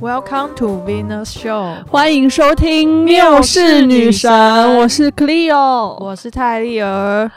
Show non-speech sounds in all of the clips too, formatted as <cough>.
Welcome to Venus Show，欢迎收听《缪氏女神我是 Cleo，我是泰丽儿，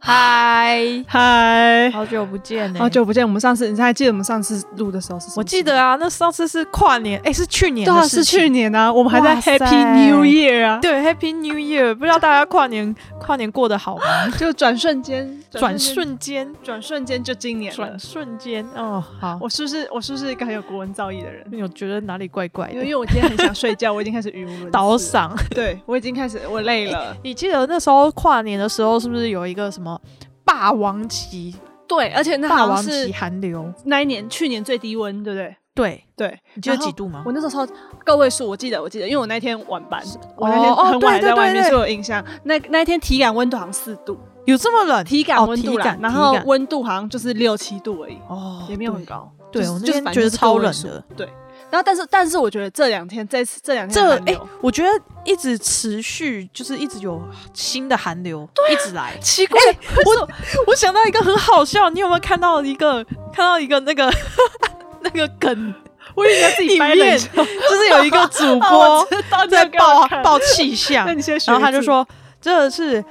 嗨，嗨，好久不见呢、好，久不见。我们上次，你还记得我们上次录的时候是什么时候？我记得啊，那上次是跨年，哎，是去年对啊，的是事情，去年啊，我们还在哇塞 Happy New Year 啊，对 Happy New Year，不知道大家跨年跨年过得好吗？ <laughs> 就转瞬间，转瞬间，转瞬间就今年了转。瞬间，哦，好，我是不是我是不是一个很有国文造诣的人？我有觉得哪里怪怪因为因的，为我今天很想睡 <laughs> 觉，我已经开始语无伦次倒。嗓。对，我已经开始我累了。你记得那时候跨年的时候，是不是有一个什么霸王级对，而且那霸好王像级是寒流？那一年去年最低温，对不对？对，对，你记得然后几度吗？我那时候超个位数，我记得我记得，因为我那天晚班，我那哦天哦很对晚对在外对面，对所以我有印象。那那一天体感温度好像四度，有这么冷？体感哦温体度啦，感然体后感温度好像就是六七度而已，哦也没有很高。对就是我那就是天反觉正得就是超个位冷数的。对，然后但是但是我觉得这两天这次这两天这哎、哎、我觉得一直持续，就是一直有新的寒流，一直来。奇怪，哎我啊我想到一个很好笑，你有没有看到一个看到一个那个 <laughs> 那个梗，我以为你要自己掰影片冷笑就是有一个 <laughs> 主啊我播知道在这个我报看报气 <laughs> 象那，你先学，然后他就，说这是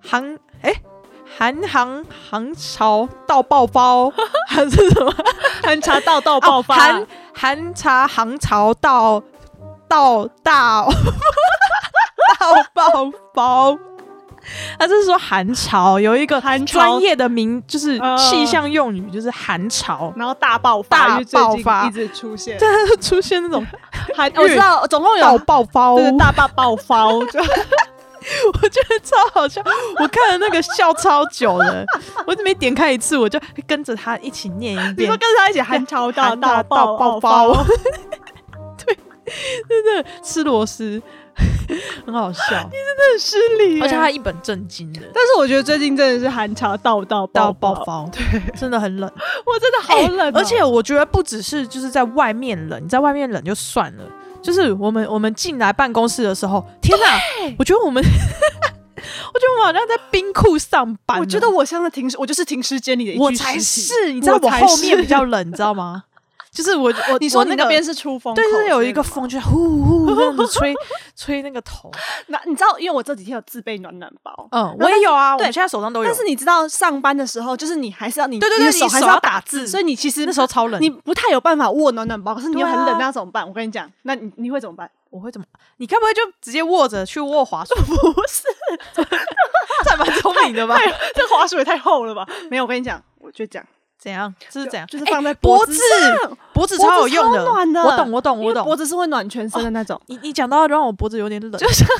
韩哎。韩寒寒潮到爆哦包，还是什么？寒茶到到爆发，哦寒寒茶寒潮到到到 <laughs> 到爆包。他就是说寒潮有一个寒潮专业的名，就是呃气象用语，就是寒潮，然后大爆大发，因为最近爆发一直出现，但是出现那种寒我知道，总共 <laughs> 到有爆包，就是大爆爆 <laughs> 发，就我觉得超好笑。我看了那个笑超久了，我每点开一次，我就跟着他一起念一你遍说。跟着他一起喊超到 <laughs> 喊到到到爆哦爆爆发 <laughs> 发，吃螺丝，很好笑，很 <laughs> 失 <laughs> 礼耶。而且他一本正经的但是我觉得最近真的是寒潮到到到爆爆，包， <laughs> 真的很冷。我真的好欸冷哦，而且我觉得不只是就是在外面冷，你在外面冷就算了，就是我们我们进来办公室的时候，天哪，我觉得我们，我 <laughs> 觉得我们好像在冰库上班呢。我觉得我像是停尸，我就是停尸间里的一具我才尸体。是，你知道我我才后面是比 <laughs> 较冷，你知道吗？就是 <laughs> 我我 <laughs> 你说我你那那个边。是出风口对，之类的吗，就是有一个风，就呼呼这样子 <laughs> 吹吹那个头。那你知道，因为我这几天有自备暖暖包，嗯，那我也有啊，我对们现在手上都有。但是你知道上班的时候，就是你还是要你对对对，你的你手还是要打打字，所以你其实那时候超冷。你不太有办法握暖暖包，可是你又很对啊冷，那要怎么办？我跟你讲，那你你会怎么办？ <laughs> 我会怎么？你该不会就直接握着去握滑鼠？不是，这还蛮聪明的吧？哎呦这滑鼠也太厚了吧？没有，我跟你讲，我就讲，怎样？就是怎样？就是哎放在脖子子，上，脖子脖超有子用超暖的我懂，我懂，因为我懂。脖子是会暖全身的那种，你你讲到让我脖子有点冷， <laughs> 就像哦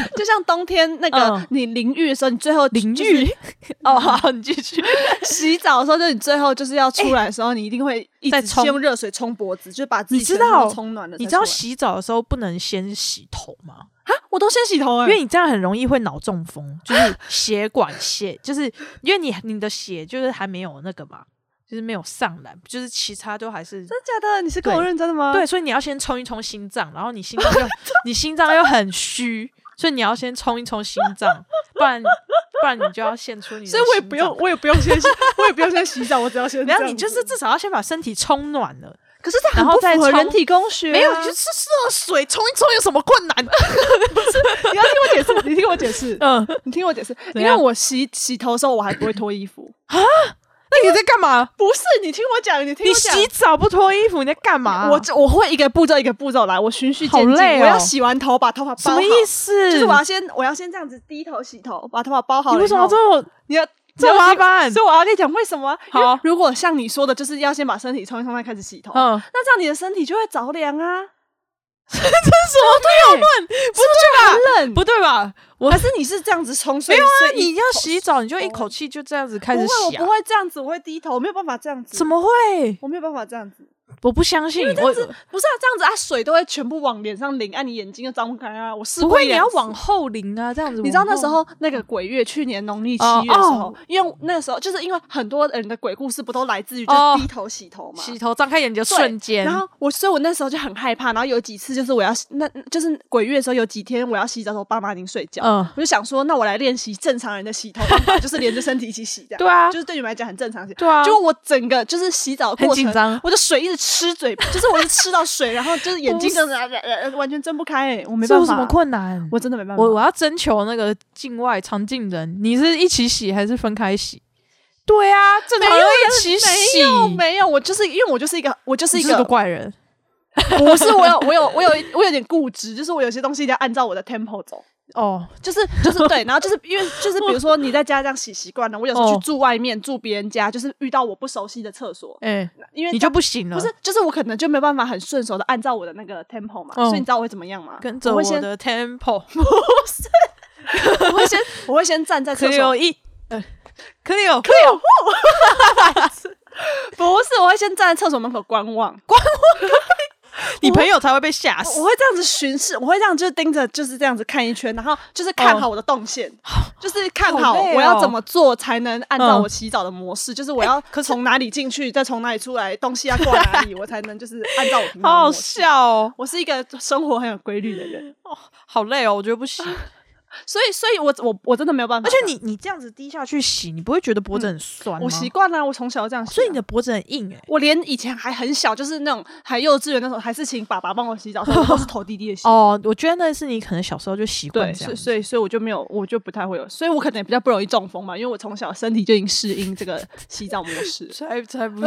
<laughs> 就像冬天那个嗯你淋浴的时候，你最后淋就是 <laughs> 浴。哦，好，你继续。洗澡的时候，就你最后就是要出来的时候，你一定会一再直冲先用热水冲脖子，就把自己你知全身都道冲暖了才出来。你知道洗澡的时候不能先洗头吗？我都先洗头哎、因为你这样很容易会脑中风，就是血管血，就是因为你你的血就是还没有那个嘛，就是没有上来，就是其他都还是真的假的？你是跟我对认真的吗？对，所以你要先冲一冲心脏，然后你心脏 <laughs> 又你心脏又很虚，所以你要先冲一冲心脏，不然不然你就要献出你的心所脏。以我也不用，我也不用先洗， <laughs> 我也不用先洗澡，我只要先这没样子。有你就是至少要先把身体冲暖了，可是这然很后不再符合人冲体工学啊、没有你就是热水冲一冲有什么困 <laughs> 难？你要听我解 <laughs> 释，你听我解释，嗯，你听我解释。怎因样为我洗洗头的时候，我还不会脱衣服。 <laughs> 那你在干嘛？不是，你听我讲，你听你我讲。洗澡不脱衣服你在干嘛？我这我会一个步骤一个步骤来，我循序渐啊好进。累哦我要洗完头，把头发包什么好意思？就是我要先我要先这样子低头洗头，把头发包好了你以后。为什么要这么你要这么麻烦？所以我要跟你讲为什么啊、因为好如果像你说的，就是要先把身体冲一冲，再开始洗头， <laughs> 嗯，那这样你的身体就会着凉啊，什么都有问，不对吧？很冷。不对吧？我啊还是你是这样子冲水？没有那啊你要洗澡，你就一口气就这样子开始哦不会，我洗啊不？会这样子，我会低头，我没有办法这样子。怎？么会？我没有办法这样子，我不相信，这样我子不是啊，这样子啊，水都会全部往脸上淋，啊，你眼睛就张不开啊。我试不过会，一你两要次往后淋啊，这样子往后。你知道那时候那个鬼月，去年农历七月的时候，哦因为那时候就是因为很多人的鬼故事不都来自于就哦是低头洗头嘛，洗头张开眼睛的对瞬间，然后我，所以我那时候就很害怕。然后有几次就是我要那，就是鬼月的时候有几天我要洗澡的时候，爸妈已经睡觉，嗯我就想说，那我来练习正常人的洗头方法，就是连着身体一起洗这 <laughs> 样。对啊就是对你们来讲很正常。对啊就我整个就是洗澡的很过紧程，张我的水一直吃嘴，就是我是吃到水，然后就是眼睛就是、啊呃完全睁不开、欸，我没这办有法，什么困难？我真的没办法，我我要征求那个境外常进人，你是一起洗还是分开洗？对啊，正没常有人一起洗，没有没有，我就是因为我就是一个我就是你一就是个个怪人。不是我有我有我有我有点固执，就是我有些东西一定要按照我的 tempo 走，哦，就是就是对，然后就是因为就是比如说你在家这样洗习惯了，我有时候哦去住外面住别人家，就是遇到我不熟悉的厕所，哎、因为你就不行了，不是就是我可能就没办法很顺手的按照我的那个 tempo 嘛，嗯所以你知道我会怎么样吗？跟着我我会先的 tempo，我会先我会先站在可厕以所有一，呃可以有可以有， <laughs> 不是，我会先站在厕所门口观望，你朋友才会被吓死我。会这样子巡视，我会这样就是盯着，就是这样子看一圈，然后就是看哦好我的动线，就是看好好累哦我要怎么做才能按照嗯我洗澡的模式，哎就是我要可是从哪里进去，再从哪里出来，东西要挂哪里，我才能就是按照我平常的好好模式。笑哦，我是一个生活很有规律的人，好累哦，我觉得不行。所以，所以我我我真的没有办而法。且你你这样子低下去洗，你不会觉得脖子很酸吗？我习惯了，我从小就这样洗啊、所以你的脖子很硬哎、我连以前还很小，就是那种还幼稚园那种，还是请爸爸帮我洗澡，所以我都 <laughs> 是头低低的洗。哦，我觉得那是你可能小时候就习对，惯这所以样。。所以所以我就没有，我就不太会有，所以我可能也比较不容易中风嘛，因为我从小身体就已经适应这个洗澡模式才才不是，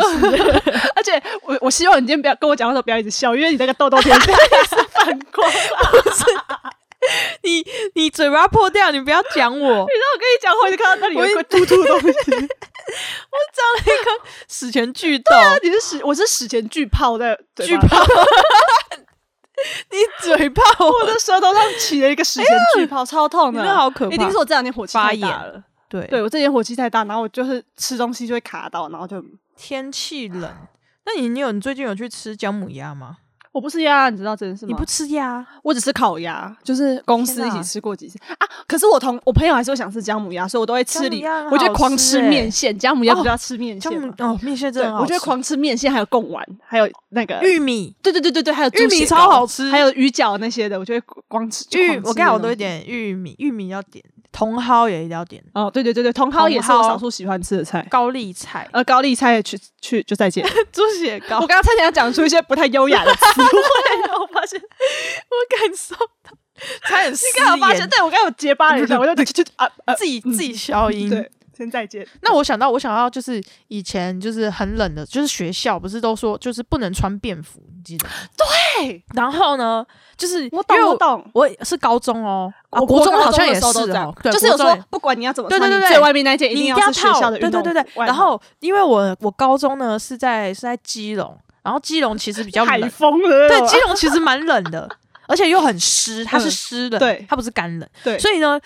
<laughs> 而且我我希望你今天不要跟我讲话的时候不要一直笑，因为你那个痘痘 <laughs> 天生是反光啊。 <laughs> 你你嘴巴破掉，你不要讲 <laughs> 我，你让我跟你讲话，我就看到那里有一我个凸凸的东西。史前巨痘，啊你是史，我是史前巨泡在嘴巨巴泡， <laughs> 你嘴 <laughs> 泡我的舌头上起了一个史前巨泡，超痛的，你那好可怕一定是我这两天火气发太炎大了。对对我这两天火气太大，然后我就是吃东西就会卡到，然后就天气冷，那你你有你最近有去吃姜母鸭吗？我不吃鸭，你知道这件事吗？你不吃鸭，我只吃烤鸭，就是公司天一哪起吃过几次啊。可是我同我朋友还是会想吃姜母鸭，所以我都会吃姜母里鸭很，好我就狂吃吃欸面线。姜母鸭哦不是要吃面姜线母吗？哦面线真的对，很好我就会吃狂吃面线，还有贡丸，还有那个玉米对对对对对，还有玉猪米血超糕好吃，还有鱼饺那些的，我就会光吃。就玉狂吃我刚才我都那会种点玉米，玉米要点，茼蒿也一定要点，哦，对对对对，茼蒿也是我茼蒿少数喜欢吃的菜。高丽 <laughs> 菜呃，高丽菜也去去就再 <laughs> 见。猪血糕我刚刚差点要讲出一些不太优雅的 <laughs> 词汇，然后我发现我感受到， <laughs> 差点失你刚好发 <laughs> 现，言对我刚刚有结巴了一 <laughs> 下，我就就就啊呃， <laughs> 自己自己消音。对，先再见。那我想到，我想到就是以前就是很冷的，就是学校不是都说就是不能穿便服，你记得吗？哎，然后呢，就是我懂因为我懂，我是高中哦，啊，我国中好像的也时是候都这样哦，对就是有国时中候也不管你要怎么对穿，对你对最外面那一件一你一定定要是学校套，的对对运对动对服。外然套后因为我我高中呢是在是在基隆，然后基隆其实比较海冷，风了，哦啊对，基 <laughs> 隆其实蛮冷的，而且又很湿，它是嗯湿冷，对它不是干冷，对嗯所以呢，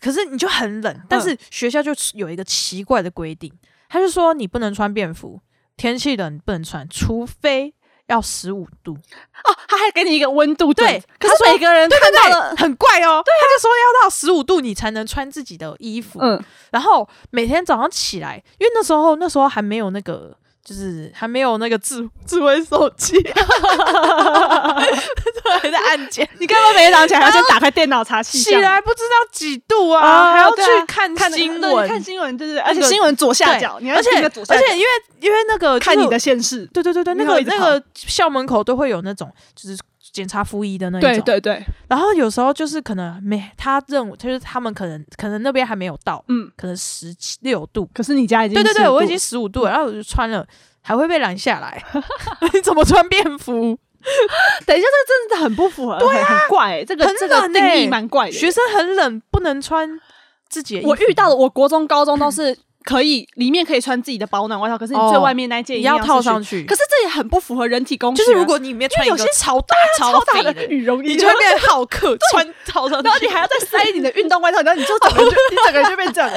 可是你就很冷，但是学校就有一个奇怪的规定，他就说你不能穿便服，天气冷不能穿，除非要十五度，哦，他还给你一个温度对对，可他是说每个人看到了，很怪哦，他就说要到十五度你才能穿自己的衣服，嗯，然后每天早上起来，因为那时候那时候还没有那个。就是还没有那个智智慧手机， <laughs> 还在按键，你干嘛每天早上起来还要先打开电脑查气起象？来不知道几度啊，啊，还要去对啊看看新对闻，看啊新闻，对对对，而且那个新闻左下对角，你要而且盯着左下而角且因为因为那个、看你的，现世。对对对对，你那要个一直那跑个校门口都会有那种就是检查服役的那一种，对对对，然后有时候就是可能没他认为，就是他们可能可能那边还没有到，嗯，可能十六度，可是你家已经对对对， 15我已度经十五度了，然后我就穿了。还会被拦下 <laughs> 来，你怎么穿便服？等一下，这真的很不符合，对很怪欸，这个很这个冷定义欸蛮怪的。学生很冷，不能穿自己的衣服。我遇到的，我国中、高中 <laughs> 都是可以，里面可以穿自己的保暖外套，可是你哦最外面那一件一你定要是套上去。去，可是这也很不符合人体工学就啊。是如果你里面穿一因为个有些啊超大超超大肥的的，羽绒衣，啊你就会变好 <laughs> 客，穿套上，然后你还要再塞你的运动外套，然后你就整 <laughs> 个人就你整个人就变这样，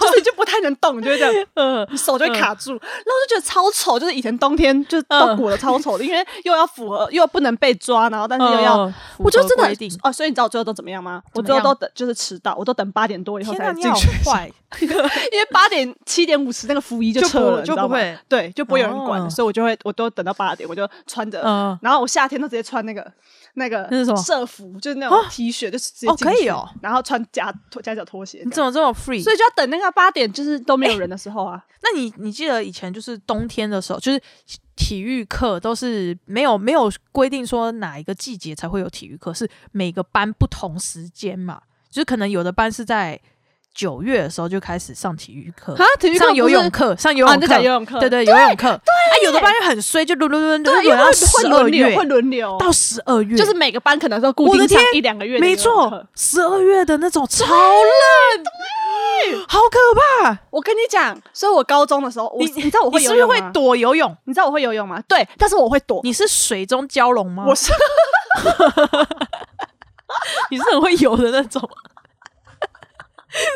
就是你就不太能动，你就会这样，呃你手就会卡住，然后我就觉得超丑，就是以前冬天就是都嗯裹得超丑的，因为又要符合又不能被抓，然后但是又呃要。我就就真嗯的规定。哦，所以你知道我最后都怎么样吗？怎我么最后样都等就是迟到，我都等八点多以后天才 <laughs> 哪，进你去好上坏！因为八点七点五十那个服仪就就撤不了，你就知道不吗会对，就不会有人管了，哦所以我就会我都等到八点，我就穿着，嗯然后我夏天都直接穿那个那个那是什么社服，就是那种啊 T 恤，就是直接哦进可以去哦，然后穿夹拖夹脚拖鞋这你样，怎么这么哎 free？所以就要等那个八点，就是都没有人的时候啊。那你你记得以前就是冬天的时候，就是体育课都是没有没有规定说哪一个季节才会有体育课，是每个班不同时间嘛？就是可能有的班是在九月的时候就开始上体育课，啊， <laughs> 体育课上不游是泳课，上游啊泳你在课，讲游泳课对对，游泳课。啊，有的班就很衰，就轮轮轮对，轮因为轮到会会十二轮流，月会，轮流，到十二月，就是每个班可能都固我的定上天一两个月的游没泳课，错，十二月的那种超 <laughs> 冷，好可怕！我跟你讲，所以我高中的时候，我你你知道我你会是不游是泳会吗？躲游泳？你知道我会游泳吗？对，但是我会躲。你是水中蛟龙吗？我是你是很会游的那 <laughs> 种，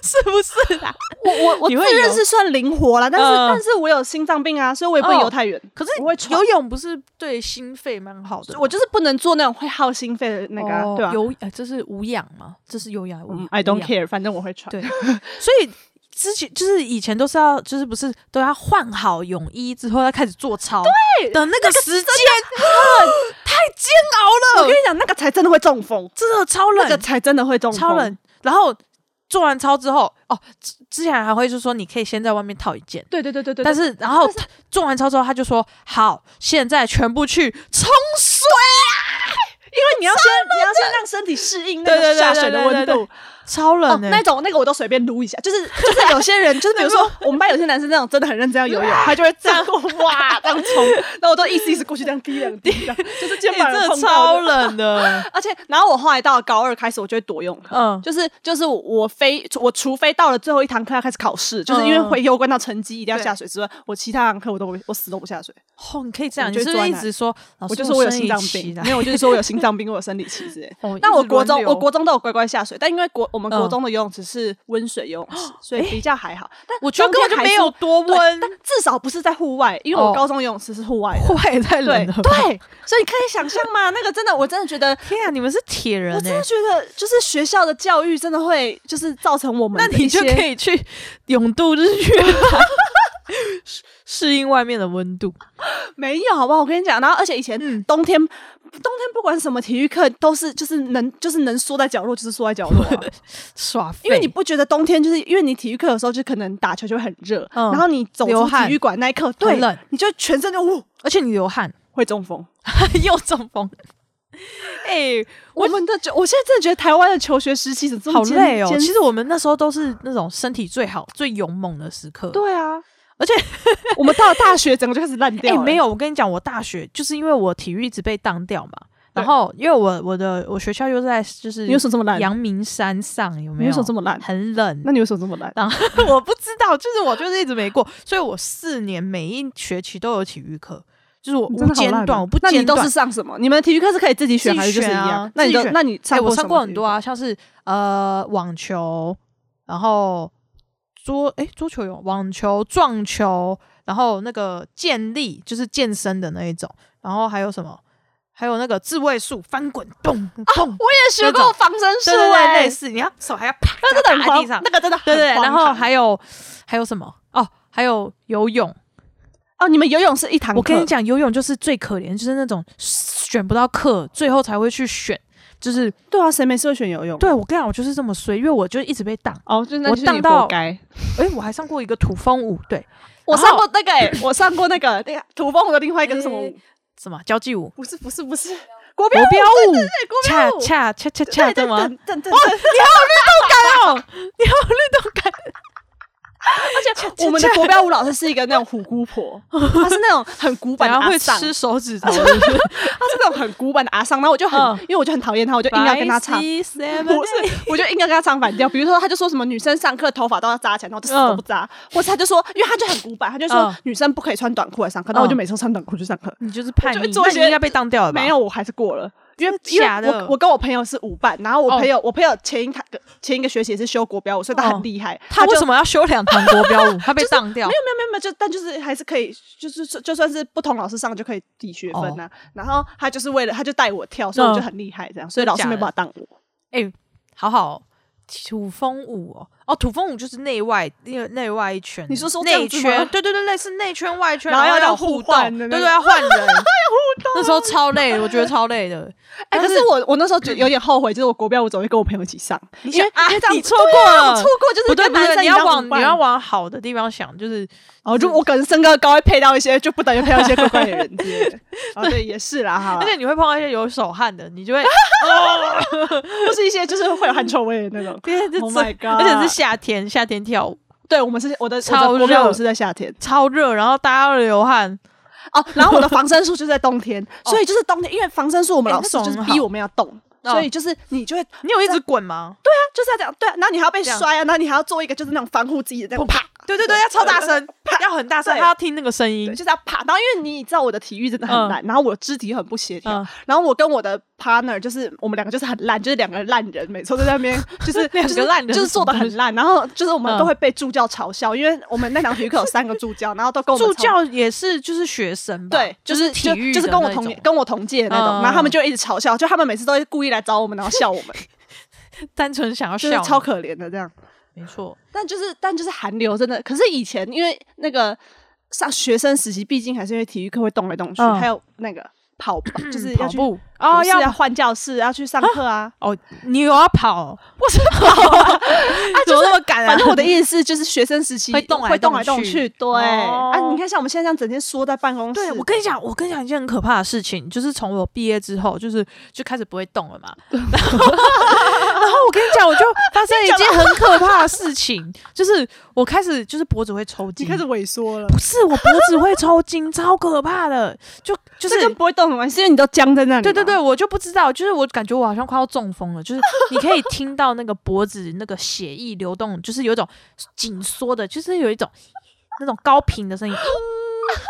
是不是啊？我我我你会自认游是算灵活啦，但是嗯但是我有心脏病啊，所以我也不会哦游太远。可是我会喘游泳不是对心肺蛮好的吗？我就是不能做那种会耗心肺的那个啊，哦对吧？有呃这是无氧嘛？这是有氧无嗯氧，I don't。无氧 care，反正我会喘。对所以之前就是以前都是要，就是不是都要换好泳衣之后要开始做操？对的那个时间啊太煎熬我跟了你，讲，那个才真的会中风，真的超那个冷，才真的会中风。超冷。然后做完操之后，哦，之之前还会就说你可以先在外面套一件。对，对对对对对。但是然后他做完操之后，他就说：“好，现在全部去冲水啊因为你要先你要先让身体适应那对对个对下水的对对温对度。啊！”超哦，冷的、那种那个我都随便撸一下，就是就是有些人，就是比如 <laughs> 说我们班有些男生那种真的很认真要游泳，他就会这样哇这样冲，然后我都一丝一丝过去这样滴两滴，这样就是肩你膀有欸真的碰到超的。冷 <laughs> 的，而且，然后我后来到了高二开始，我就会躲泳课，嗯，就是就是我我非我除非到了最后一堂课要开始考试，就是因为嗯会攸关到成绩一定要下水之外，我其他堂课我都不我死都不下水，哦，你可以这样，我你就是不是钻一了直说，老师我就说我有生心理脏期病，来没有，我就是说我有心脏病，我有生理期之类的。哦但一我直国轮中流我国中都有乖乖下水，但因为国我们国嗯中的游泳池是温水游泳 <gasps> 池，所以比较还好。但我觉得中根本就间还没是有多对温， <laughs> 但至少不是在户外，因为哦我高中游泳池是户 <laughs> 外的。户外也太对冷了吧。对，所以你可以想象嘛，那个真的，我真的觉得，天啊，你们是铁人我哎、真的觉得，就是学校的教育真的会，就是造成我们那的你一就些可以去永度日月潭适 <laughs> 适应外面的温度。 <laughs> 没有，好不好？我跟你讲，然后而且以前嗯冬天，冬天不管什么体育课都是就是能就是能缩在角落，就是缩在角落 <laughs> 啊、耍废，因为你不觉得冬天就是因为你体育课的时候就可能打球就会很热，嗯然后你走流出汗体育馆那一刻，对，很冷你就全身就呜而且你流汗会中风。 <laughs> 又中 <laughs> 风。哎、我们的就我现在真的觉得台湾的求学时期怎么这么好艰累哦！艰其实我们那时候都是那种身体最好、最勇猛的时刻。对啊，而且 <laughs> 我们到了大学整个就开始烂 <laughs> 哎、掉了。没有，我跟你讲，我大学就是因为我体育一直被当掉嘛，对然后因为我我的我学校又在就是你为什么这么烂？阳明山上，有没你有？为什么这么烂？很冷那？你为什么这么烂？ <laughs> 然后我不知道，就是我就是一直没过，所以我四年每一学期都有体育课，就是我你真无的好间烂断，啊我不那你间都断是。上什么？你们体育课是可以自己选自己还是就是一选啊样？那你自都己选那你哎、上我上上过很多啊，像是呃网球，然后桌哎、桌球有网球、撞球，然后那个健力就是健身的那一种，然后还有什么？还有那个自卫术、翻滚、蹦蹦，我也学那过种防身术对对对，哎、类似，你要手还要啪那个真的很打在荒地上，那个真的很对对，荒然后唐还有还有什么？哦，还有游泳。哦，你们游泳是一堂课，我跟你讲，游泳就是最可怜，就是那种选不到课，最后才会去选。就是对啊，谁没事会选游泳？对我跟你讲，我就是这么衰，因为我就一直被挡。哦，就那我就是当你到活该。哎、我还上过一个土风舞，对，我然后上过那个、欸，我上过那个那个土风舞的另外一个是什么舞？什么交际舞、不是不是不是国国标标舞，舞、对国恰标舞，恰恰恰恰对的对吗？对对对，哇，哦， <laughs> 你好律动感，而且我们的国标舞老师是一个那种虎 <laughs> 姑婆，她是那种很古板然的后阿会桑，吃手指 <laughs> 头，是不是她是那种很古板的阿桑，然后我就很嗯，因为我就很讨厌她，我就硬要跟她唱 Five,。six, seven, 不是 eight， <laughs> 我就硬要跟她唱反调。比如说，她就说什么女生上课头发都要扎起来，然后我就死都不扎；或是她就说，因为她就很古板，她就说嗯女生不可以穿短裤来上课。那我就每次都穿短裤去上课，你就是叛我就逆，会做一那你些应该被当掉了吧？没有，我还是过了。因为因为假的我我跟我朋友是舞伴，然后我哦朋友、我朋友前一堂前一个学期也是修国标舞，所以他哦很厉害。他就为什么要修两堂国标舞？他被当掉没，有没有没有没有，就但就是还是可以，就是就算是不同老师上就可以抵学分呐、然后他嗯就是为了他就带我跳，所以我就很厉害这样，所以老师没办法当我。哎、好好，土风舞哦，哦，土风舞就是内外内内外一圈，你说说这内样子吗圈，对对对，类似内圈外圈，然后要要这样互互换对的那对，种要 <laughs> 换人，要互动，那时候超累的，我觉得超累的。哎、可是我我那时候就有点后悔，就是我国标舞总会跟我朋友一起上，你因为啊因为这样，你错过对啊了，我错过就是不对跟不对男，生你一样要往舞伴你要往好的地方想，就是哦，就我可能身高高会配到一些，就不等于配到一些怪怪的人之类 <laughs> 的。哦，对，也是啦，哈， <laughs> 而且你会碰到一些有手汗的，你就会不是一些就是会有汗臭味的那种。变成 Oh 这 my <laughs> 而 god！且是夏天，夏天跳舞 <laughs> 对，我们是我的超我的国标热舞是在夏天超热，然后大家都流汗，哦，然后我的防身术就是在冬 <laughs> 天，所以就是冬天，因为防身术我们哦哎老那师种就是很逼好我们要动，哦所以就是你就会你有一直滚吗？对啊，就是要这样对啊，然后你还要被这样摔啊，然后你还要做一个就是那种防护自己的这样啪，对对对，要超大声，要很大声， <laughs> 对他要听那个声音对，，就是要啪。然后因为你知道我的体育真的很嗯烂，然后我肢体很不协调，嗯然后我跟我的 partner 就是我们两个就是很烂，就是两个烂人，每次都在 <laughs> 那边就是两个就是烂人就是做的很烂。然后就是我们嗯都会被助教嘲笑，因为我们那堂体育课有三个助教，然后都跟我们助从。教也是就是学生吧，对，就就是是体育就，就是的跟我那同种跟我同届的那种，嗯然后他们就一直嘲笑，就他们每次都会故意来找我们，然后笑我 <laughs> 们，单纯想要就是笑，超可怜的这样。没错，但就是但就是韩流真的，可是以前因为那个上学生时期，毕竟还是因为体育课会动来动去，嗯还有那个跑 <clears throat> 步，就是跑要去步不哦是要要换教室，要去上课 <laughs> 啊。哦，你有要跑，我是跑啊，怎么那么赶啊？反正我的意思是，就是学生时期会动来会动动来动去去，对哦啊。你看，像我们现在这样整天缩在办公室，对，我跟你讲，我跟你讲一件很可怕的事情，就是从我毕业之后，就是就开始不会动 <laughs> 了嘛。然后，然后我跟你讲，我就发生一件很可怕的事情，就是我开始就是脖子会抽你筋，开始萎缩了，不是我脖子会抽筋，超可怕的，就就就是是。不会动了吗？是因为你都僵在那里。对对，对，我就不知道，就是我感觉我好像快要中风了，就是你可以听到那个脖子那个血液流动，就是有一种紧缩的，就是有一种那种高频的声音，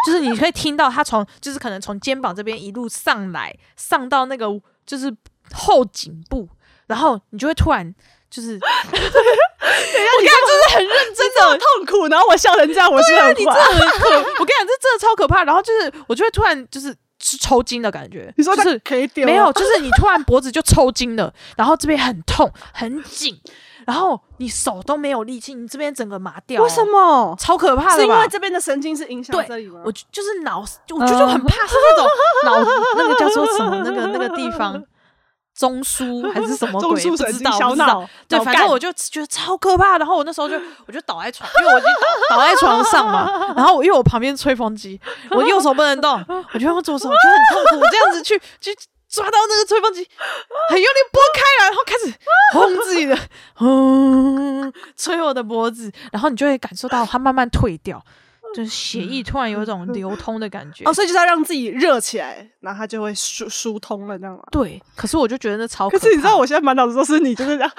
就是你可以听到它从就是可能从肩膀这边一路上来，上到那个就是后颈部，然后你就会突然就是我刚才真的很认真的痛苦，然后我笑成这样，我是很你坏这很可，我跟你讲，这真的超可怕，然后就是我就会突然就是抽筋的感觉，你说就他是可以丢啊没有，就是你突然脖子就抽筋了，然后这边很痛很紧，然后你手都没有力气，你这边整个麻掉、为什？么？超可怕是的因为吧！这边的神经是影响对这里吗？嗯我就就是脑，我就就很怕是那种脑那个叫做什么那个那个地 <laughs> 方。中枢还是什么中鬼？枢不神知经道，小不知道脑。对，脑反正干我就觉得超可怕。然后我那时候就我就倒在床，因为我已经倒倒在床上嘛。然后我因为我旁边吹风机，我右手不能动，我就用左手，我就很痛苦，这样子去去抓到那个吹风机，很用力拨开来，然后开始轰自己的，轰 <laughs> 吹我的脖子，然后你就会感受到它慢慢退 <laughs> 掉，就是血液突然有一种流通的感觉。哦，所以就是要让自己热起来，然后它就会疏疏通了，这样吗？ <laughs> 对，可是我就觉得那超 <laughs> 可可是你知怕道，我现在满脑子都是你，就是 <laughs> 这样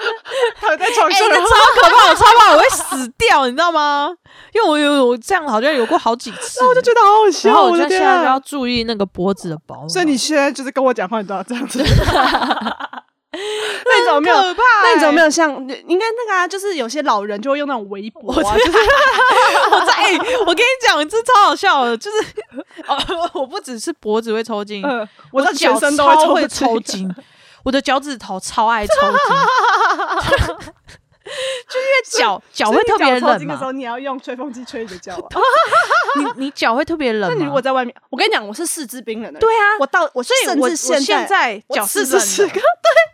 躺在床哎、上，这然后超可怕，我超怕，我会死掉，你知道吗？因为我有我这样好像有过好几 <laughs> 次，然后我就觉得好好笑，我我就的现天在就啊！要注意那个脖子的保暖。所以 <laughs> 你现在就是跟我讲话，你都要这样 <laughs> 子。那你怎么没有？可怕、那你怎么没有？有像应该那个啊？就是有些老人就会用那种围脖啊，就是我在、哎我跟你讲，这超好笑的，就是 <laughs> 哦，我不只是脖子会抽筋，嗯，我的的脚全身都超抽会筋抽。筋， <laughs> 我的脚趾头超爱抽筋， <laughs> 就因为脚脚所以会你特别脚抽冷筋的时嘛候，，你要用吹风机吹你的脚啊。你你脚会特别冷那嘛。你如果在外面，我跟你讲，我是四肢冰冷的人。对啊，我到我所以甚我至我现在我脚是此冷时的此刻，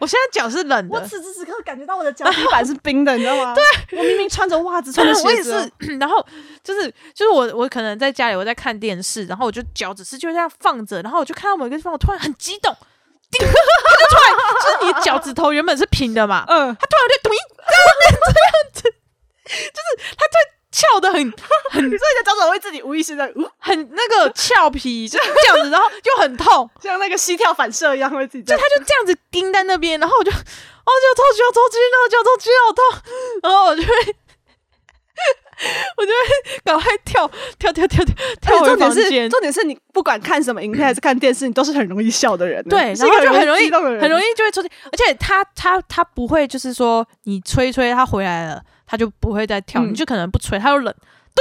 我现在脚是冷我的。此时此刻感觉到我的脚底板是冰的，你知道吗？ <laughs> 对，我明明穿着袜子， <laughs> 穿着我也鞋子哦，是，然后就是就是我我可能在家里我在看电视，然后我就脚只是就这样放着，然后我就看到某一个地方，我突然很激动， <laughs> 叮，它就突然就是你脚趾头原本是平的嘛，嗯，它突然就咚一这样这样子，就是它就翘的很 <laughs> 所以你的脚趾会自己无意识的，呜，很那个俏皮，就是这样子，然后又很痛，像那个膝跳反射一样，会自己 <laughs> 这就样他就这样子钉在那边，然后我就，哦，脚抽筋，要抽筋了，脚抽筋好痛，然后我就会， <laughs> 我就会 <laughs> 赶快跳跳跳跳跳跳而且回重点房是，间。重点是你不管看什么影片还是看电视，你都是很容易笑的人呢。对，你是然后一个就很容激易，动的人很容易就会抽筋，而且他他他不会，就是说你吹一吹，他回来了，他就不会再跳，嗯你就可能不吹，他又冷， <laughs>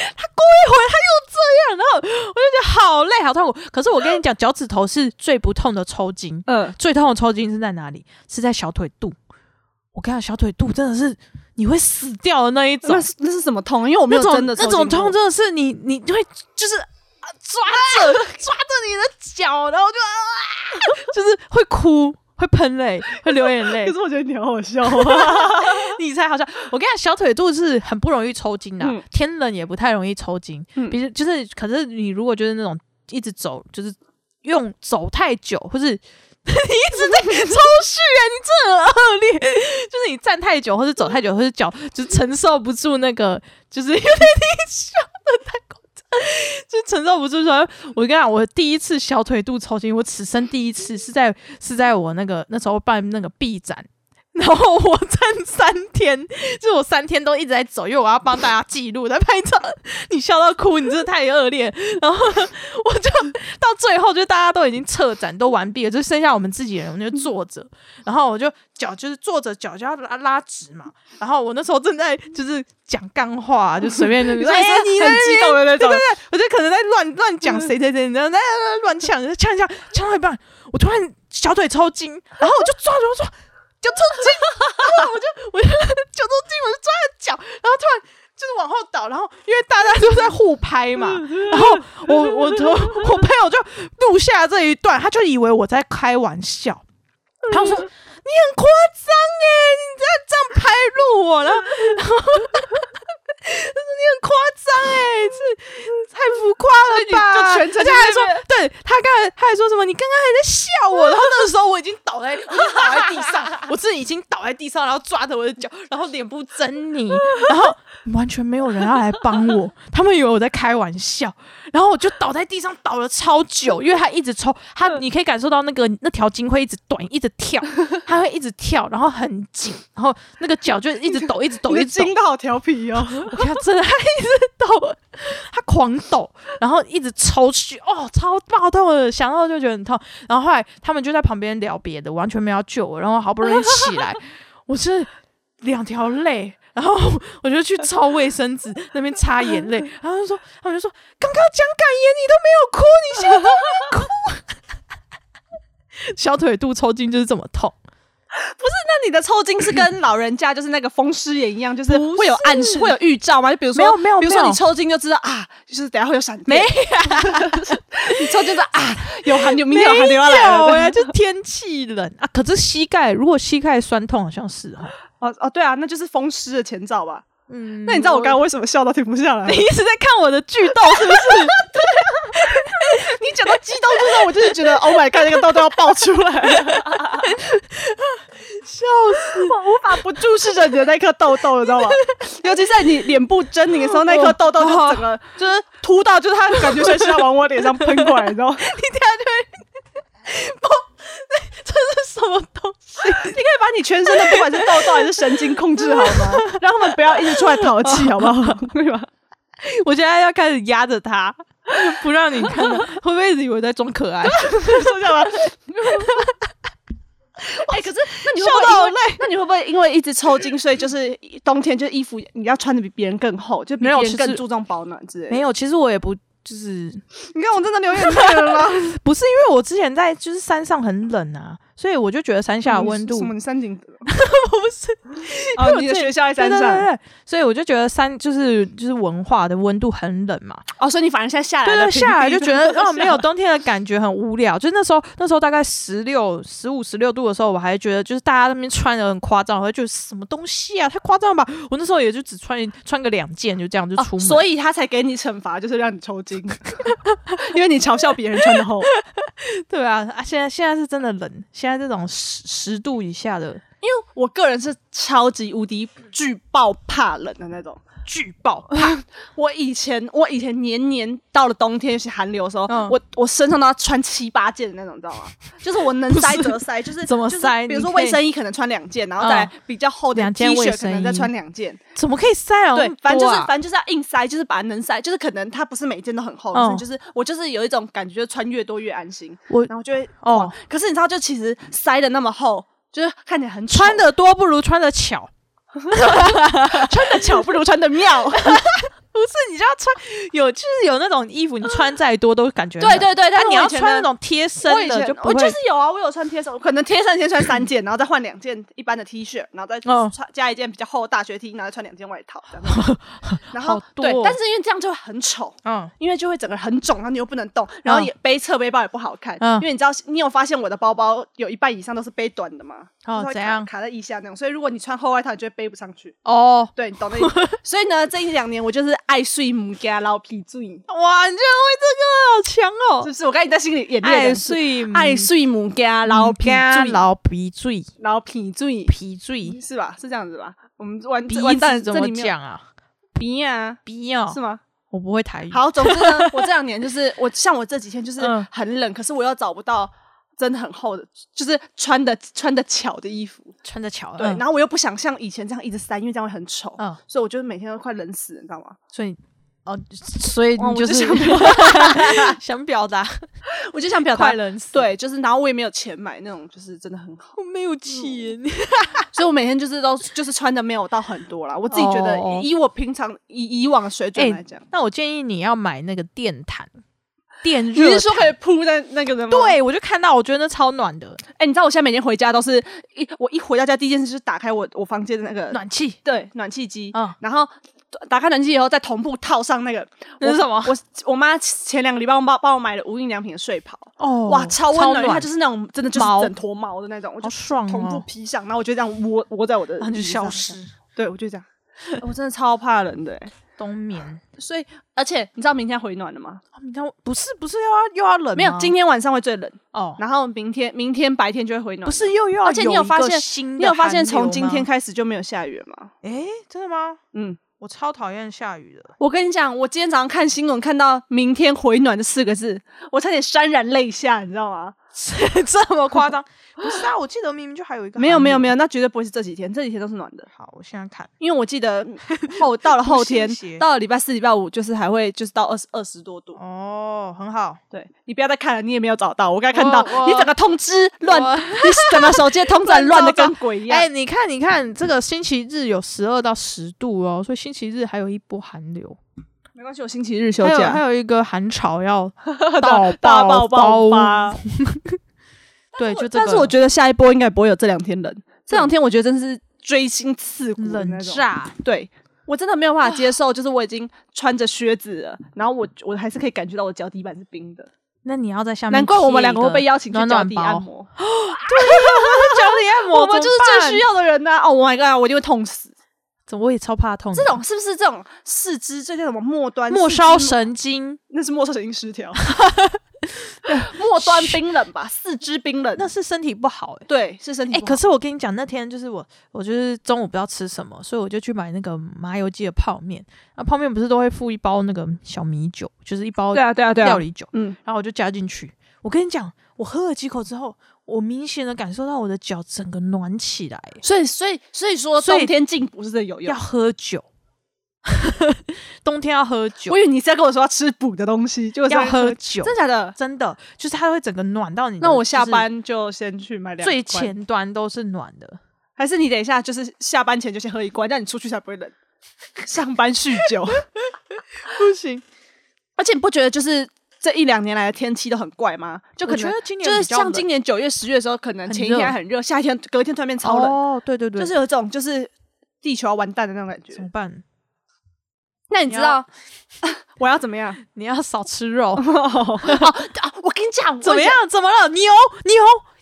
对，他过一会儿他又这样，然后我就觉得好累，好痛苦。可是我跟你讲，脚趾头是最不痛的抽筋，嗯，最痛的抽筋是在哪里？是在小腿肚。我跟你讲，小腿肚真的是你会死掉的那一种那，是那是什么痛？因为我没那有种真的那种痛痛，真的是你你就会就是啊抓着 <laughs> 抓着你的脚，然后就啊， <laughs> 就是会哭。会喷泪，会流眼泪可，是我觉得你好好笑啊！你才好笑。我跟你讲，小腿肚是很不容易抽筋的、嗯天冷也不太容易抽筋。嗯比如就是，可是你如果就是那种一直走，就是用走太久，或是 <laughs> 你一直 <laughs> 在抽搐、欸，你真的很恶劣。 <laughs> 就是你站太久，或是走太久，或是脚就是承受不住那个，就是因为你笑的太夸张，就承受不住说，我跟你讲，我第一次小腿肚抽筋，我此生第一次是在是在我那个那时候办那个 B 展。然后我站三天，就是我三天都一直在走，因为我要帮大家记录在拍照。你笑到哭，你真的太恶劣。然后呢我就到最后，就大家都已经撤展都完毕了，就剩下我们自己人，我们就坐着。然后我就脚就是坐着，脚就要拉拉直嘛。然后我那时候正在就是讲干话、啊就随 <laughs> 便就 <laughs> 你是说哎哎你在很那激边动的那对种对，对，我就可能在乱乱讲谁谁谁，然后在乱呛呛一下，呛到一半，我突然小腿抽筋，然后我就抓着我说就抽筋，然后我就我就就抽筋，我就抓着脚，然后突然。就是往后倒，然后因为大家都在互拍嘛，然后我我我我朋友就录下这一段，他就以为我在开玩笑，他说你很夸张哎，你这样这样拍录我，然后然后他 <laughs> 说你很夸张哎，是太浮夸了吧？所以你就全程而且还说，对他刚才他还说什么？你刚刚还在笑我，然后那个时候我已经倒在，我已经倒在地上， <laughs> 我自己已经倒在地上，然后抓着我的脚，然后脸部狰狞，然后完全没有人要来帮我，他们以为我在开玩笑，然后我就倒在地上倒了超久，因为他一直抽，他你可以感受到那个那条筋会一直短，一直跳，他会一直跳，然后很紧，然后那个脚就一直抖，一直抖，你一的直抖筋，都好调皮哦。我看他真的他一直抖，他狂抖，然后一直抽血，哦，超爆痛的，想到就觉得很痛。然后后来他们就在旁边聊别的，完全没有要救我，然后好不容易起来，我是两条泪。然后我就去抄卫生纸，那边擦眼泪，然后就说，他们就说，刚刚讲感言你都没有哭，你现在都在哭，小腿肚抽筋就是这么痛， <laughs> 那你的抽筋是跟老人家就是那个风湿炎一样，就是不是会有暗示，会有预兆吗？就比如说没有没有比如说没有你抽筋就知道啊，就是等下会有闪电。没 <laughs> 你抽筋就啊，有寒流，明没天有寒流要来了。有这呀，样就天气冷啊。可是膝盖，如果膝盖酸痛，好像是哦。哦哦，对啊，那就是风湿的前兆吧。嗯，那你知道我刚刚为什么笑到停不下来吗？你一直在看我的剧斗是不是？ <laughs> 你讲到激动之后，我就是 <laughs> 觉得 Oh my God，那个痘痘要爆出来了，笑死！ <laughs> 我无法不注视着你的那颗痘痘，你知 <laughs> 道吗？尤其在你脸部狰狞的时候，那颗痘痘就整个就是凸到，就是它感觉像是要往我脸上喷过来，你知道吗？你等下就会，不，这是什么东西？ <laughs> 你可以把你全身的不管是痘痘还是神经控制好吗？ <laughs> 让他们不要一直出来淘气，好不好？对吧？我现在要开始压着他，不让你看到，会不会一直以为在装可爱？说下吧。 <laughs> 哎、可是那你会不笑到会我因为那你会不会因为一直抽筋，所以就是冬天就衣服你要穿的比别人更厚，就比没别有人其实更注重保暖之类的？没有，其实我也不就是你看我真的流眼泪了吗？不是因为我之前在就是山上很冷啊，所以我就觉得山下的温度什么？你山顶的？ <laughs> 不是哦，我你的最学校在山对对对上对，所以我就觉得山就是就是文化的温度很冷嘛，哦，所以你反而现在下来对了，对，下来就平觉地 <laughs> 得哦，没有冬天的感觉很无聊。就那时候，那时候大概十六、十五、十六度的时候，我还觉得就是大家那边穿的很夸张，我还觉得什么东西啊，太夸张了吧！我那时候也就只穿一穿个两件，就这样就哦出门。所以他才给你惩罚，就是让你抽筋， <laughs> 因为你嘲笑别人穿的厚。对啊，啊，现在现在是真的冷，现在这种十十度以下的因为我个人是超级无敌巨爆怕冷的那种。巨爆，我以前我以前年年到了冬天，尤其寒流的时候，嗯我我身上都要穿七八件的那种，你知道 <laughs> 吗？就是我能塞则塞，就是怎么就是塞比如你说可以嗯卫生衣可能穿两件，然后再来比较厚的两 T 件卫恤可生能再衣穿两件， <laughs> 怎么可以塞啊？对那么，反正就多是啊反正就是要硬塞，就是把它能塞，就是可能它不是每件都很厚，嗯可是就是我就是有一种感觉，就是穿越多越安心，我然后就会哦，可是你知道，就其实塞的那么厚，就是看起来很丑穿的多不如穿的巧， <laughs> 穿的巧不如穿的妙。不是，你就要穿有就是有那种衣服，你穿再多都感觉对对对，但但是哎你我要以前穿那的种贴我身以的前就不我会。就是有啊，我有穿贴身，我可能贴身先穿三件，然后再换两件一般的 T 恤，然后再嗯穿加一件比较厚的大学 T，然后再穿两件外套，这 <laughs> 样子然后好多对哦，但是因为这样就会很丑。嗯，因为就会整个很肿，然后你又不能动，然后也背侧背包也不好看。嗯因为你知道，你有发现我的包包有一半以上都是背短的吗？哦就是会怎卡样卡在腋下那种，所以如果你穿厚外套，你就会背不上去。哦，对，你懂那意思。所以呢，这一两年我就是爱睡母家老皮醉，哇，你居然会这个，好是强哦！不是？我刚才你在心里演练爱两次睡爱睡母嗯家老老皮醉，嗯老皮醉老皮醉皮醉是吧？是这样子吧？我们完鼻完到底这怎这么里没有讲啊？鼻啊？鼻哦，是吗？我不会台语。好，总之呢，我这两年就是我 <laughs> 像我这几天就是嗯很冷，可是我又找不到真的很厚的，就是穿的穿的巧的衣服。穿着巧哎对，然后我又不想像以前这样一直塞，因为这样会很丑。嗯，所以我就每天都快冷死了，你知道吗？所以哦，所以哇你我就是 <laughs> 想想表达我就想表达快，冷死，对，就是然后我也没有钱买那种，就是真的很好，我没有钱，所以我每天就是都就是穿的没有到很多啦。我自己觉得哦以以我平常以以往的水准哎来讲，那我建议你要买那个电毯，电你热是。说可以铺在那个的吗？对，我就看到，我觉得那超暖的哎、你知道我现在每天回家都是一我一回到家第一件事就是打开我我房间的那个暖气。对暖气机，嗯然后打开暖气以后再同步套上那个 <laughs> 那是我什么我我妈前两个礼拜帮帮我买了无印良品的睡袍，哦哇，超温暖，因为它暖，就是那种真的就是毛整坨毛的那种，我就好爽同步哦，披上，然后我就这样窝窝在我的，然后就消。失，对，我就这样， <laughs> 我真的超怕冷的欸、冬眠。所以而且你知道明天回暖了吗？哦你看我，不是不是又要又要冷吗？没有，今天晚上会最冷，哦，然后明天明天白天就会回暖。不是又又要有一个而且你有发现新的你有发寒流现从今天吗？开始就没有下雨了吗？哎，真的吗？嗯，我超讨厌下雨的。 <laughs> 我跟你讲，我今天早上看新闻看到“明天回暖”这四个字，我差点潸然泪下，你知道吗？这么夸张？不是啊，我记得明明就还有一个没有没有没有。有，那绝对不会是这几天，这几天都是暖的，好，我现在看因为我记 <laughs> 得后到了后天不信邪，到了礼拜四、礼拜五，就是还会就是到二十二十多度。哦，很好。对你不要再看了，你也没有找到，我刚才看到我我你整个通知乱，我你整个手机的通知乱的跟鬼一样。哎、你看你看，这个星期日有十二到十度哦，所以星期日还有一波寒流，没关系，我星期日休还有还假，有一个寒潮 <laughs> 要大到大爆爆爆发。 <laughs> 对，就这个。但是我觉得下一波应该不会有这两天冷，这两天我觉得真是锥心刺骨的那冷种。炸，对我真的没有办法接受，就是我已经穿着靴子了，然后我我还是可以感觉到我脚底板是冰的，那你要在下面。难怪我们两个会被邀请去暖脚暖底包， <laughs> 按 <laughs> 摩，脚底按摩，我们就是最需要。要的人呐、哦、oh、，My God，我一定会痛死。怎么我也超怕痛的。这种是不是这种四肢这叫什么末端末四肢梢神经，那是末梢神经失调， <laughs> 末端冰冷吧，四肢冰冷，那是身体不好哎、对是身体哎、不好。可是我跟你讲，那天就是我，我就是中午不知道吃什么，所以我就去买那个麻油鸡的泡面。那泡面不是都会附一包那个小米酒，就是一包对啊对啊对料啊，理酒，嗯，然后我就加进去。我跟你讲，我喝了几口之后，我明显的感受到我的脚整个暖起来。所以所以所以说所以冬天进补是真的有要用。喝酒， <laughs> 冬天要喝酒我，以为你是要跟我说要吃补的东西，就是要喝酒，真假的？真的就是它会整个暖到你的。那我下就是班就先去买两最罐，前端都是暖的。还是你等一下就是下班前就先喝一罐，让你出去才不会 <laughs> 冷。上班酗酒 <laughs> 不行，而且你不觉得就是这一两年来的天气都很怪吗？就可我觉能得今年就是比较像冷今年九月、十月的时候，可能前一很热天还很热，下一天隔一天突然变超冷，哦，对对对，就是有一种就是地球要完蛋的那种感怎觉么。办？那你你知道 <laughs> 我要怎么样？ <laughs> 你要少吃 <laughs> 肉。 <laughs> 哦，啊我跟你讲，怎么样？样？怎么了？牛牛，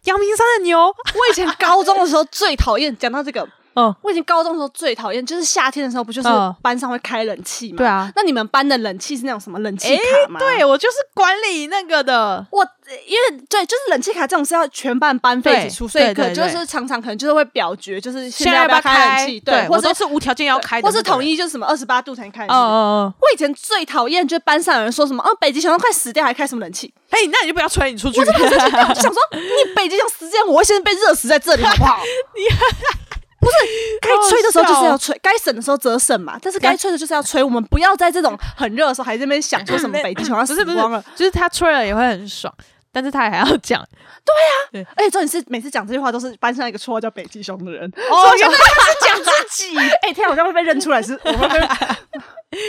阳明山的 <laughs> 牛。我以前高中的时候最讨厌讲到这个，嗯，我以前高中的时候最讨厌就是夏天的时候，不就是嗯班上会开冷气吗？对啊。那你们班的冷气是那种什么冷气诶卡吗？ <laughs> 对，我就是管理那个的。我因为对，就是冷气卡这种是要全班班费一起出，对所以对可对就对是常常可能就是会表决，就是现要在不要开开冷气，对，或我者都是无条件要开的，或是统。一就是什么二十八度才能开哦冷气。哦哦，我以前最讨厌就是班上有人说什么，哦，北极熊都快死掉，还开什么冷气？哎，那你就不要吹，你出去。 <laughs> 我就想说，你北极熊时间，我会先被热死在这里，好 <laughs> 不好？你 <laughs> 不是该吹的时候就是要哦吹，该省的时候则省嘛。但是该吹的就是要吹，我们 <laughs> 不要在这种很热的时候还在那边想说什么北极熊要不死是不是光了。，就是他吹了也会很爽，但是他还要讲， <laughs> 而且重点是，每次讲这句话都是班上一个绰号叫北极熊的人。哦所以我想说他 <laughs> 是讲自己。哎、天啊，我这样会被认出 <laughs> 来是，我会被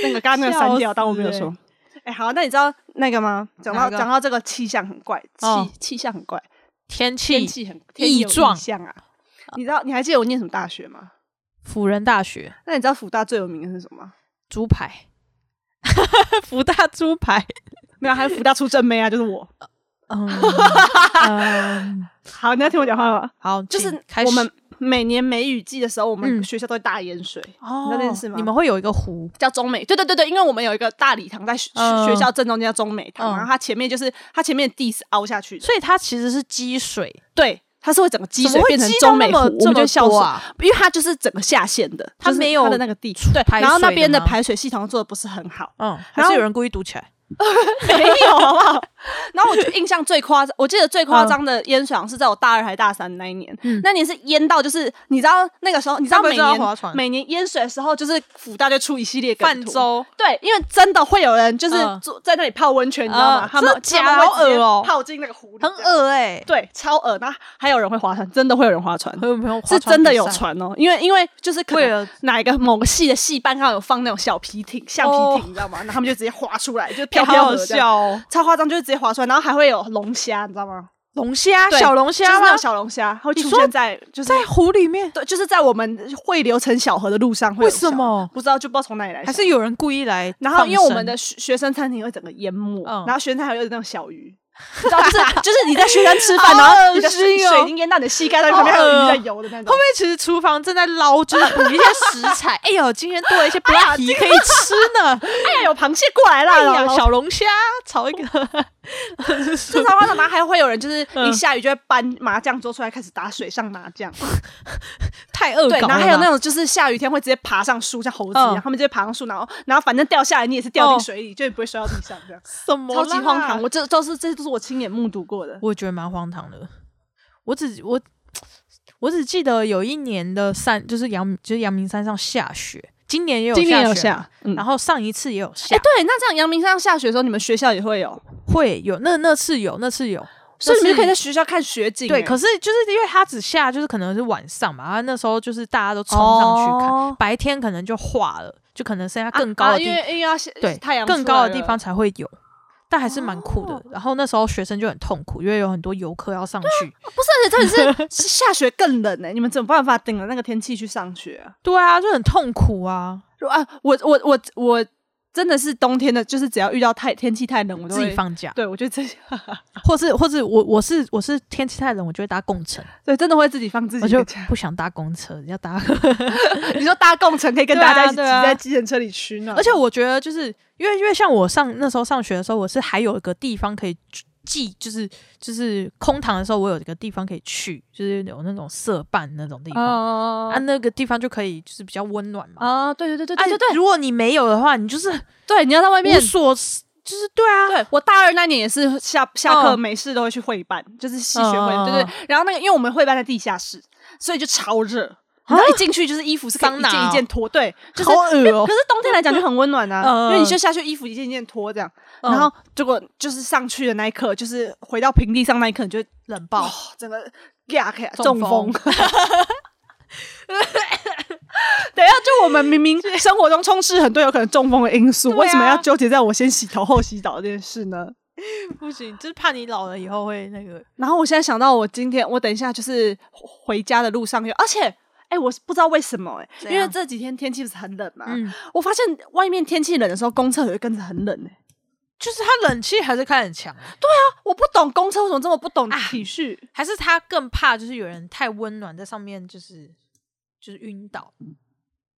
那个刚刚那个删掉，笑死当我没有说。哎、好，那你知道那个吗？讲哪到个讲到这个气象很怪，气哦气象很怪，天天气气很天气有异状异象啊。你知道你还记得我念什么大学吗？辅仁大学那你知道福大最有名的是什么吗？猪排， <laughs> 福大猪排，没有，还是福大出正妹啊，就是我。嗯， <laughs> 嗯好，你要听我讲话吗？好，就是请开始我们每年梅雨季的时候，我们嗯学校都会大淹水，哦，你知道这件事吗你们会有一个湖，叫中美。对对对对，因为我们有一个大礼堂在学、嗯学校正中间叫中美堂，嗯然后它前面就是它前面的地是凹下去的，所以它其实是积水，对，它是会整个积怎水么会变成积到中美那湖，么我这们就么笑多死。啊？因为它就是整个下陷的，它就是没有它的那个地出，对，排然后那水的边的吗排水系统做的不是很好，嗯，还然后是有人故意堵起来，没有好不好？ <laughs> 然后我就印象最夸张，我记得最夸张的淹水好像是在我大二还大三那一年，嗯那年是淹到就是你知道那个时候，你知道该不会每知道年划船每年淹水的时候，就是福大就出一系列梗泛图。舟，对，因为真的会有人就是嗯坐在那里泡温泉，你知道吗？嗯他们真的假他们会好恶哦直接泡进那个湖里，很。恶哎，对，超恶。然后还有人会划船，真的会有人划船，还有没有划是船真的有比赛船哦。因为因为就是可为能了哪一个某个系的系办刚好有放那种小皮艇、橡皮哦艇，你知道吗？然后他们就直接划出来，就 <laughs> 哎飘好飘好河这样笑哦，超夸张，就是直接划出来，然后还会有龙虾，你知道吗？龙虾，对小龙就虾是那吗种？小龙虾，它会你出说现在就是在湖里面，对，就是在我们汇流成小河的路上会有为什么小不知道，就不知道从哪里来还的。是有人故意来放生？然后因为我们的学学生餐厅会整个淹没，嗯然后学生餐还有那种小鱼。你知道，就是 <laughs> 就是你在学生吃饭，然后你的好恶水心哦水已经淹到你的膝盖，但旁边还有好恶哦鱼在游的那后种面。其实厨房正在捞，就是补一些食 <laughs> 材。哎呦，今天多了一些 b 呀 l 皮可以吃呢。哎呀，有螃蟹过来 <laughs> 哎啦！呀，然后小龙虾炒一 <laughs> 个，就是花上，然后还会有人就是一嗯下雨就会搬麻将桌出来开始打水上麻将。 <laughs> 太恶搞对，了吧。然后还有那种就是下雨天会直接爬上树，像猴子一样，嗯他们直接爬上树，然后然后反正掉下来你也是掉进哦水里，就也不会摔到地上这样，什么超啦级荒唐。我这都是这都是我亲眼目睹过的。我也觉得蛮荒唐的。我只我我只记得有一年的山，就是阳就是阳明山上下雪，今年也有雪嘛，，嗯，然哎，后上一次也有下，对，那这样阳明山下雪的时候，你们学校也会有，会有那那次有那次有，所以你那们就可以是在学校看雪景。哎对，可是是就是因为它只下，就是可能是晚上嘛，然啊后那时候就是大家都冲上去看，看白天可能就化了，就可能剩下更高的地，哦啊因为因为要下对太阳更出高的来地了方。才会有，但还是蛮酷的。哦然后那时候学生就很痛苦，因为有很多游客要上 <laughs> 去。不是，而且重点 <laughs> 是是下雪更冷呢、哎你们怎么办法顶着那个天气去上学啊？对啊，就很痛苦啊，如啊，我我我我真的是冬天的，就是只要遇到太天气太冷，我都自己会。放假，对，我觉得这些或是或是我我是我是天气太冷，我就会搭共乘，对真的会自己放自我己就的假。不想搭公车，要 <laughs> 搭。你说搭共乘可以跟对啊大家一起挤对啊在计程车里取暖，而且我觉得就是因为因为像我上那时候上学的时候，我是还有一个地方可以记，就是就是空堂的时候，我有一个地方可以去，就是有那种社办那种地方、啊啊，那个地方就可以就是比较温暖嘛。啊，对对对对对对啊，对如果你没有的话，你就是对，你要在外面无。所适，就是对啊，对我大二那年也是下下课嗯没事都会去会办，就是系学会，嗯嗯对嗯对。然后那个因为我们会办在地下室，所以就超热，然后一进去就是衣服是可以啊桑一拿件一哦件脱，对，就是好恶哦可是冬天来讲就很温暖啊，嗯因为你就下去衣服一件一件脱这样，嗯然后结果就是上去的那一刻，就是回到平地上那一刻，你就会冷爆哦，整个压开中中风风。等一下，就我们明明生活中充斥很多有可能中风的因素，对啊为什么要纠结在我先洗头后洗澡这件事呢？不行，就是怕你老了以后会那个。然后我现在想到，我今天我等一下就是回家的路上有，而且哎、我是不知道为什么哎、怎样因为这几天天气不是很冷嘛，嗯，我发现外面天气冷的时候，公厕也会跟着很冷哎、就是他冷气还是开很强，我不懂公车为什么这么不懂啊体恤，还是他更怕就是有人太温暖在上面，就是就是晕倒，嗯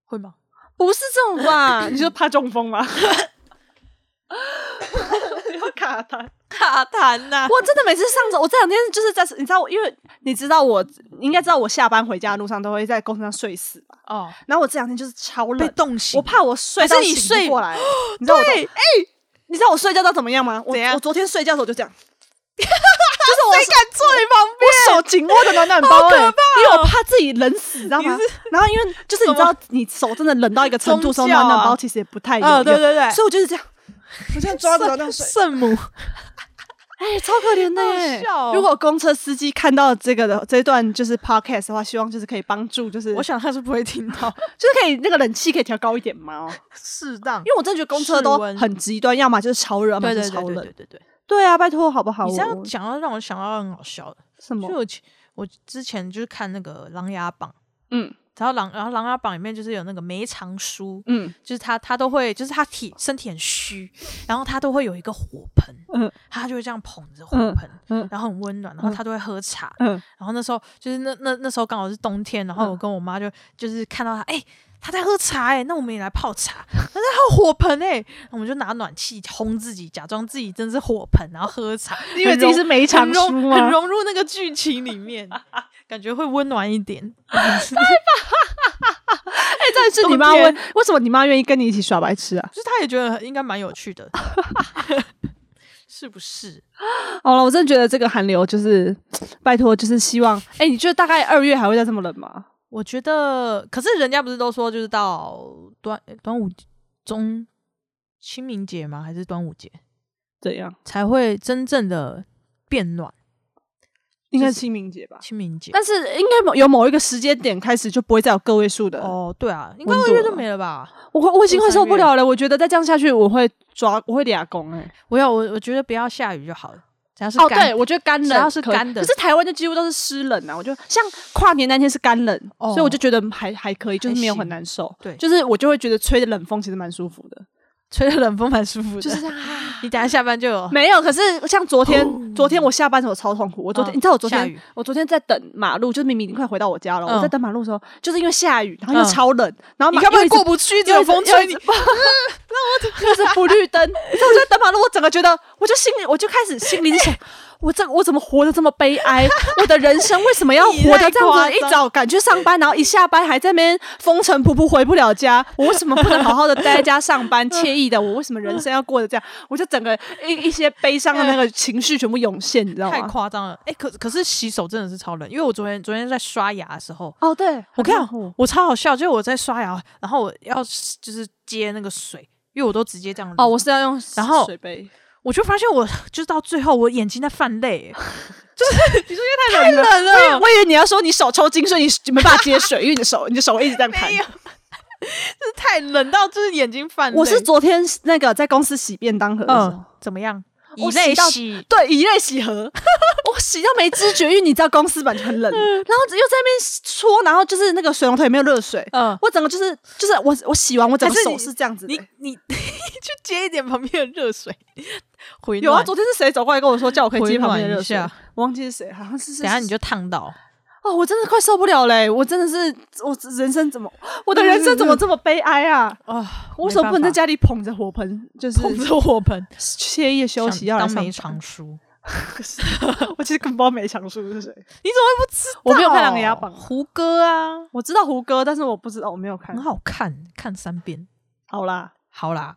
会 <laughs> 吗？不是这种吧？你是怕中风吗？ <laughs> 要卡痰，卡痰呐、我真的每次上车，我这两天就是在，你知道我，因为你知道我，你应该知道我下班回家的路上都会在公车上睡死吧？哦，然后我这两天就是超被冷，冻醒，我怕我睡到还是 <gasps> 你醒睡不过来，你知道我都对，哎、你知道我睡觉到怎么样吗？我怎样我昨天睡觉的时候就 <laughs> 这样，就是我谁敢坐你旁边？我手紧握着暖暖包、好欸，可怕哦因为我怕自己冷死，你知道吗你？ <laughs> 然后因为就是你知道，你手真的冷到一个程度的时候，宗教啊暖暖包其实也不太有用，嗯对对对所以我就是这样，我这样抓着然后那样睡，圣母，哎，超可怜的耶好笑哦如果公车司机看到这个的这一段就是 podcast 的话，希望就是可以帮助，就是我想他是不会听 <laughs> 到，就是可以那个冷气可以调高一点嘛、哦。适当因。为我真的觉得公车都室温很极端，要么就是超热，要么对就对是对超对冷。对对对，对啊，拜托好不好？你这我样讲到让我想到很好笑的，什就么？我前我之前就是看那个《琅琊榜》，嗯然后《琅然后《琅琊榜》里面就是有那个梅长苏，嗯就是他他都会就是他体身体很虚，然后他都会有一个火盆，嗯他就会这样捧着火嗯盆，嗯然后很温暖，然后他都会喝茶，嗯，然后那时候就是那那那时候刚好是冬天，然后我跟我妈就就是看到她，哎、她在喝茶、哎，那我们也来泡茶。 <laughs> 但是她有火盆哎、我们就拿暖气烘自己，假装自己真是火盆，然后喝茶， <laughs> 因为自己是梅长很苏融吗很融入那个剧情里 <laughs> 面，感觉会温暖一点。 <laughs> <laughs> 哎，真的是你妈冬问天，为什么你妈愿意跟你一起耍白痴啊？就是她也觉得应该蛮有趣的， <laughs> 是不是？好了，我真的觉得这个寒流就是拜托，就是希望。 <laughs> 哎，你觉得大概二月还会再这么冷吗？我觉得，可是人家不是都说就是到端端午中清明节吗？还是端午节？怎样？才会真正的变暖。应该是清明节吧。清明节，但是应该某有某一个时间点开始就不会再有个位数的。哦，对啊，应该温二度月就了没了吧？我我已经快受不二三了了，我觉得再这样下去我会抓，我会俩工哎。我要我我觉得不要下雨就好了，只要是哦，干对，我觉得干冷，只要是可以干的可是台湾就几乎都是湿冷啊。我就像跨年那天是干冷，哦所以我就觉得还还可以，就是没有还行很难受。对就是我就会觉得吹的冷风其实蛮舒服的，吹着冷风蛮舒服的，就是这样啊。你等一下下班就有。没有，可是像昨天，昨天我下班的时候超痛苦。我昨天，哦嗯你知道我昨下天雨，我昨天在等马路，就是明明已经快回到我家了，嗯我在等马路的时候，就是因为下雨，然后又嗯超冷，然后你马该不又会一直过不去？只又有一直风吹你又一，直又是不绿 <laughs> 灯，你知道我在等马路，我整个觉得，我就心里我就开始心里就想，我这我怎么活得这么悲哀？我的人生为什么要活得这样子？ <laughs> 你太夸张一早赶去上班，然后一下班还在那边风尘仆仆回不了家，我为什么不能好好的待在家上 <laughs> 班，惬意的？我为什么人生要过得这样？我就整个一一些悲伤的那个情绪全部涌现，你知道太吗？夸张了。哎，可可是洗手真的是超冷，因为我昨天昨天在刷牙的时候，哦，对，我跟你很痛苦讲，我超好笑，就是我在刷牙，然后我要就是接那个水，因为我都直接这样哦，我是要用然后水杯，我就发现我 <laughs> 就是到最后我眼睛在泛 <laughs> 泪，哎太冷了。冷我以为我以为你要说你手抽筋，所以你没办法接水，因为你的手你的手一直这样 <laughs> 弹没。有，就是太冷到就是眼睛泛泪。我是昨天那个在公司洗便当盒的时候，嗯，怎么样？以我泪洗到洗，对，以泪 <laughs> 洗盒，我洗到没知觉，因为你知道公司本就很嗯冷，然后又在那边搓，然后就是那个水龙头也没有热水，嗯，我整个就是就是我我洗完我整个还是你手是这样子的、你你 <laughs> 去接一点旁边的热水回有啊，暖昨天是谁走过来跟我说叫我可以回接旁边暖的热一水，下，我忘记是谁，好像是是等下你就烫到。哦，我真的快受不了嘞、我真的是我人生怎么我的人生嗯怎么这么悲哀啊？哦，我为什么不没能在办法家里捧着火盆，就是捧着火盆惬意地休息，想要来当上梅班长苏？ <laughs> 我其实根本不知道梅长苏是谁，你怎么会不知道？我没有看琅琊榜胡歌啊，我知道胡歌，但是我不知道，我没有看很。好看，看三遍。好啦，好啦，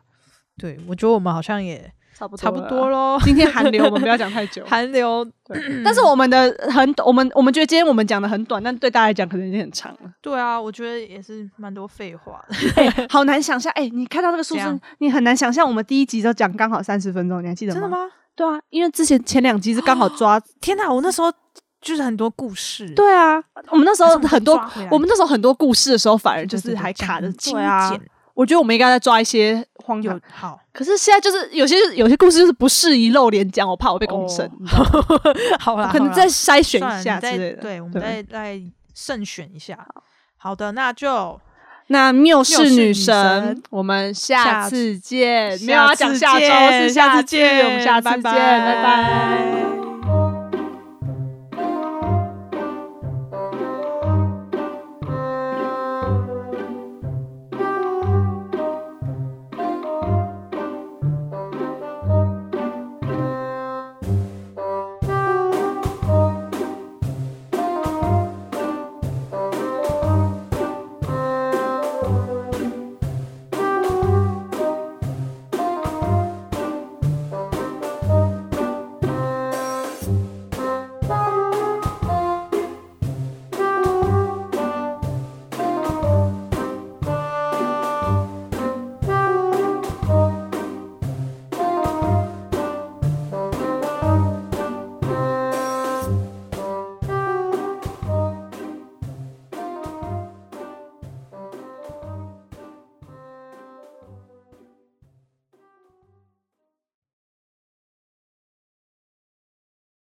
对我觉得我们好像也差不多差不多了。啊喽。。<laughs> 今天寒流，我们不要讲太久 <laughs> 嗯韩流 <laughs> 对但是我们的很，我们我们觉得今天我们讲的很短，但对大家来讲可能已经很长 <laughs> 了。对啊，我觉得也是蛮多废话的。哎好难想象，哎，你看到那个书怎生样，你很难想象我们第一集就讲刚好三十分钟，你还记得 <laughs> 吗？哦真的？吗？对啊，因为之前前两集是刚好抓，天哪，我那时候就是很多故事。对啊，我们那时候还是我们很多抓回来，我们那时候很多故事的时候，反而对，就对是对还讲卡着很精对啊简。我觉得我们应该再抓一些荒唐有好，可是现在就是有些有些故事就是不适宜露脸讲，我怕我被公审，你知道吗哦好啦，可能好啦再筛选算了一下你之再类的。对，我们再再慎选一下。好的，那就那缪氏女女神神，我们下下次见。次呃没有要讲下周，见是下下次次见，我们下次拜见，拜拜。